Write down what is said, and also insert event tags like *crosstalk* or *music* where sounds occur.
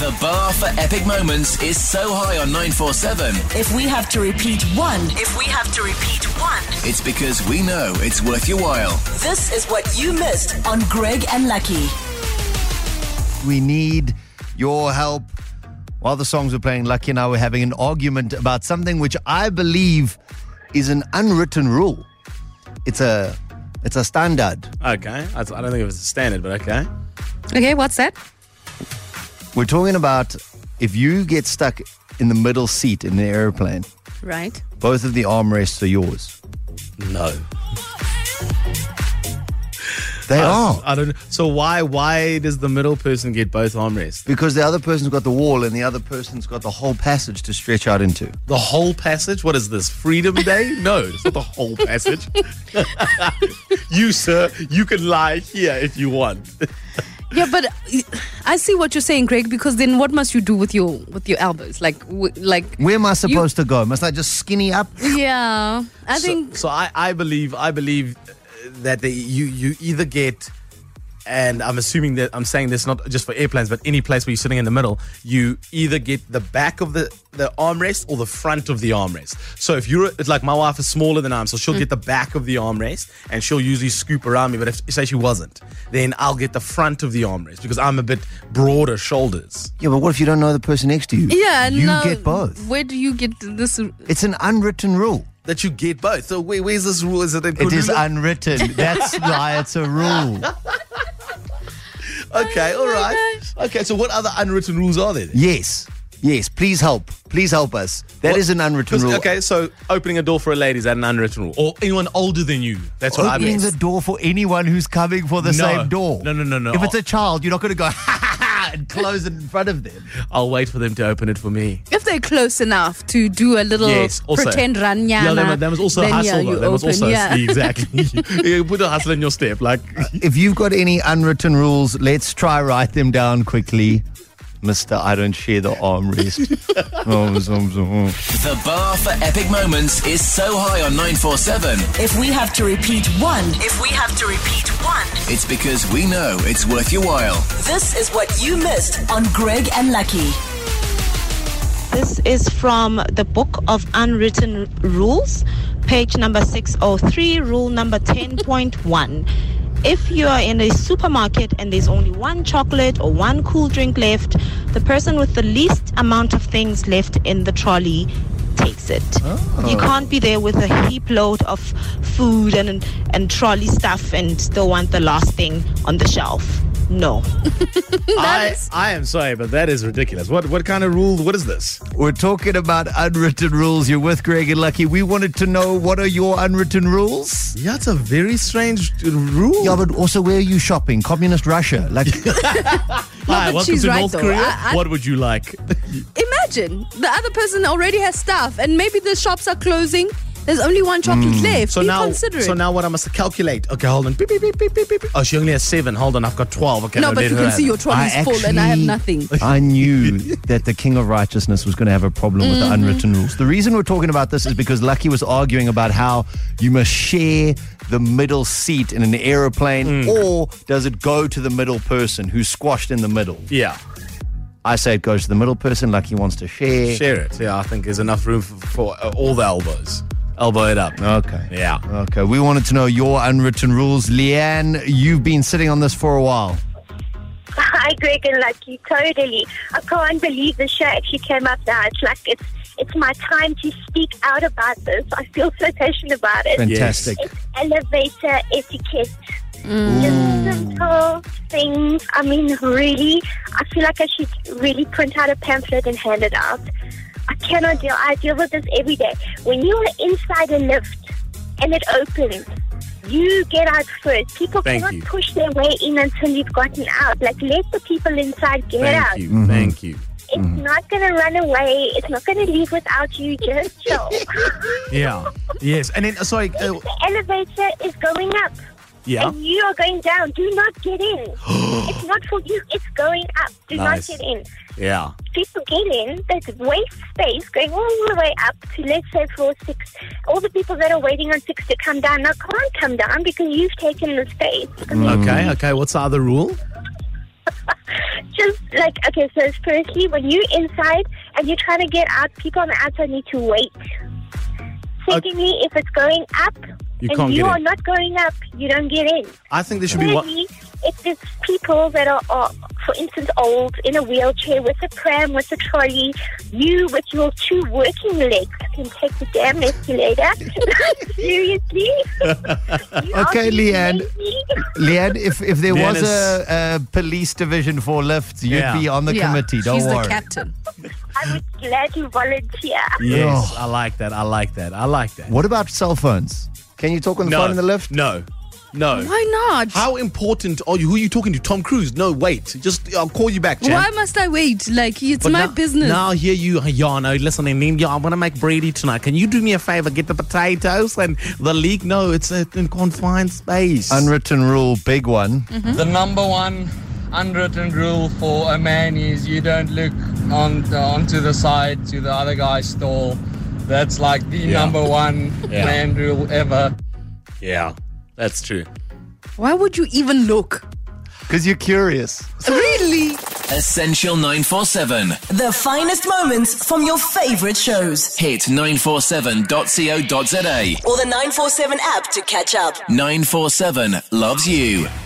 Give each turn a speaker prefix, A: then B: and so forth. A: The bar for epic moments is so high on 947,
B: If we have to repeat one,
C: If we have to repeat one,
A: it's because we know it's worth your while.
B: this is what you missed on Greg and Lucky.
D: We need your help. While the songs were playing, Lucky and I were having an argument about something which I believe is an unwritten rule. It's a it's a standard,
E: Okay. I, I don't think it was a standard, but okay.
F: Okay, what's that?
D: We're talking about if you get stuck in the middle seat in an airplane,
F: Right.
D: both of the armrests are yours.
E: No.
D: They are.
E: I don't. So why why does the middle person get both armrests?
D: Because the other person's got the wall and the other person's got the whole passage to stretch out into.
E: The whole passage? What is this? Freedom Day? No, it's not the whole passage. *laughs* you sir, you can lie here if you want.
F: Yeah, but uh, I see what you're saying, Greg. Because then, what must you do with your with your elbows? Like, w- like.
D: Where am I supposed to go? Must I just skinny up?
F: Yeah, I
E: so,
F: think
E: so I, I believe I believe uh, that they, you you either get and I'm assuming that I'm saying this not just for airplanes, but any place where you're sitting in the middle, you either get the back of the, the armrest or the front of the armrest. So if you're it's like my wife is smaller than I am, so she'll
F: Hmm.
E: get the back of the armrest and she'll usually scoop around me. But if say she wasn't, then I'll get the front of the armrest because I'm a bit broader shoulders.
D: Yeah, but what if you don't know the person next to you?
F: yeah.
D: you
F: no,
D: get both.
F: Where do you get this?
D: It's an unwritten rule.
E: That you get both. So where, where's this rule? Is it in
D: It is
E: Kulula? *laughs*
D: unwritten. That's why it's a rule.
E: okay,
F: Oh
E: all right. Okay, so what other unwritten rules are there? then?
D: Yes. Yes. Please help. Please help us. That is
E: What-
D: an unwritten
E: 'cause-
D: rule.
E: Okay, so opening a door for a lady is that an unwritten rule? Or anyone older than you? That's what I
D: Opening
E: mean.
D: the door for anyone who's coming for the
E: No.
D: same door.
E: No, no, no, no.
D: If it's a child, you're not going to go *laughs* ha ha ha and close it in front of them.
E: I'll wait for them to open it for me.
F: If they're close enough to do a little
E: Yes, also-
F: Oh, pretend run,
E: Yeah, that, that was also a
F: then
E: hustle.
F: yeah,
E: though.
F: you
E: that was
F: open,
E: also *laughs*
F: yeah. *laughs*
E: exactly. you put a hustle in your step, like
D: If you've got any unwritten rules, let's try write them down quickly. Mister, I don't share the *laughs* armrest. Oh, zoom, zoom.
A: The bar for epic moments is so high on 947,
B: If we have to repeat one,
C: if we have to repeat one,
A: it's because we know it's worth your while.
B: this is what you missed on Greg and Lucky.
G: This is from the Book of Unwritten Rules, page number 603, rule number 10.1. If you are in a supermarket and there's only one chocolate or one cool drink left, the person with the least amount of things left in the trolley takes it. You can't be there with a heap load of food and, and trolley stuff and still want the last thing on the shelf. No.
E: I, I am sorry, but that is ridiculous. What what kind of rule? What is this?
D: We're talking about unwritten rules. You're with Greg and Lucky. We wanted to know what are your unwritten rules?
E: Yeah, it's a very strange uh, rule.
D: Yeah, but also where are you shopping? Communist Russia.
F: *laughs*
D: Like
E: Hi,
F: but
E: welcome
F: she's
E: to
F: right,
E: North
F: though.
E: Korea.
F: I- I-
E: what would you like?
F: Imagine the other person already has stuff, and maybe the shops are closing. There's only one chocolate left.
E: Hmm. So
F: Be
E: now,
F: considerate.
E: so now, what I must calculate? Okay, hold on. Beep, beep, beep, beep, beep, beep. Oh, she only has seven. Hold on, I've got twelve. Okay,
F: no,
E: I'll
F: but
E: let
F: you
E: her
F: can
E: have
F: see
E: it.
F: your trolley's full, and I have nothing.
D: I knew that the King of Righteousness was going to have a problem with
F: Mm-hmm.
D: the unwritten rules. The reason we're talking about this is because Lucky was arguing about how you must share the middle seat in an aeroplane, or does it go to the middle person who's squashed in the middle?
E: Yeah,
D: I say it goes to the middle person. Lucky wants to share.
E: share it. Yeah, I think there's enough room for, for uh, all the elbows. Elbow it up.
D: Okay.
E: Yeah.
D: Okay. We wanted to know your unwritten rules. Leanne, you've been sitting on this for a while.
H: *laughs* Hi, Greg and Lucky. Totally. I can't believe the show actually came up now. It's like it's it's my time to speak out about this. I feel so passionate about it.
D: Fantastic.
H: It's elevator etiquette. Just simple things. I mean, really, I feel like I should really print out a pamphlet and hand it out. I cannot deal. I deal with this every day. When you are inside a lift and it opens, you get out first. People
E: Thank
H: cannot
E: you.
H: push their way in until you've gotten out. Like, let the people inside get out.
E: Thank you. Mm-hmm. Thank you.
H: It's not going to run away. It's not going to leave without you. Just chill. *laughs*
E: Yeah. Yes. And then, uh, sorry. Uh,
H: the elevator is going up.
E: yeah.
H: and you are going down. Do not
E: *gasps*
H: get in. it's not for you. It's going up. Do
E: Nice.
H: not get in.
E: Yeah.
H: People get in. There's waste space going all the way up to let's say floor six. All the people that are waiting on six to come down now can't
E: Mm.
H: come down because you've taken the space. I mean,
E: Okay. Okay. What's the other rule?
H: Just like, okay, so firstly, when you're inside and you're trying to get out, people on the outside need to wait. Secondly, if it's going up
E: You
H: and
E: can't
H: you
E: get
H: are
E: in.
H: not going up, you don't get in.
E: I think there should be one.
H: Thirdly, if there's people that are, are, for instance, old in a wheelchair with a pram, with a trolley, you with your two working legs can take the damn escalator. *laughs* Seriously? You are
D: Okay,
H: being
D: Leanne.
H: lazy.
D: Leanne, if, if there
E: Leanne
D: was a, a police division for lifts, you'd
E: Yeah.
D: be on the
F: Yeah,
D: committee. Don't
F: she's
D: worry.
F: the captain.
H: I would gladly volunteer.
E: Yes,
D: Oh.
E: I like that. I like that. I like that.
D: What about cell phones? Can you talk on the phone in the lift?
E: No, no.
F: Why not?
E: How important are you? Who are you talking to? Tom Cruise? No, wait. Just I'll call you back, champ.
F: Why must I wait? Like it's
E: But
F: my
E: now-
F: business.
E: Now I hear you, yeah, no, listen, I mean, yeah, I want to make Brady tonight. Can you do me a favor? Get the potatoes and the leek. No, it's a, in confined space.
D: Unwritten rule, big one.
F: Mm.
I: The
E: Mm-hmm.
I: number one unwritten rule for a man is you don't look on uh, onto the side to the other guy's stall. That's like the
E: Yeah.
I: number one
E: Yeah.
I: man rule ever.
E: yeah, that's true.
F: Why would you even look?
D: Because you're curious.
F: Really?
A: Essential 947.
B: The finest moments from your favorite shows.
A: Hit 947.co.za.
B: Or the 947 app to catch up.
A: 947 loves you.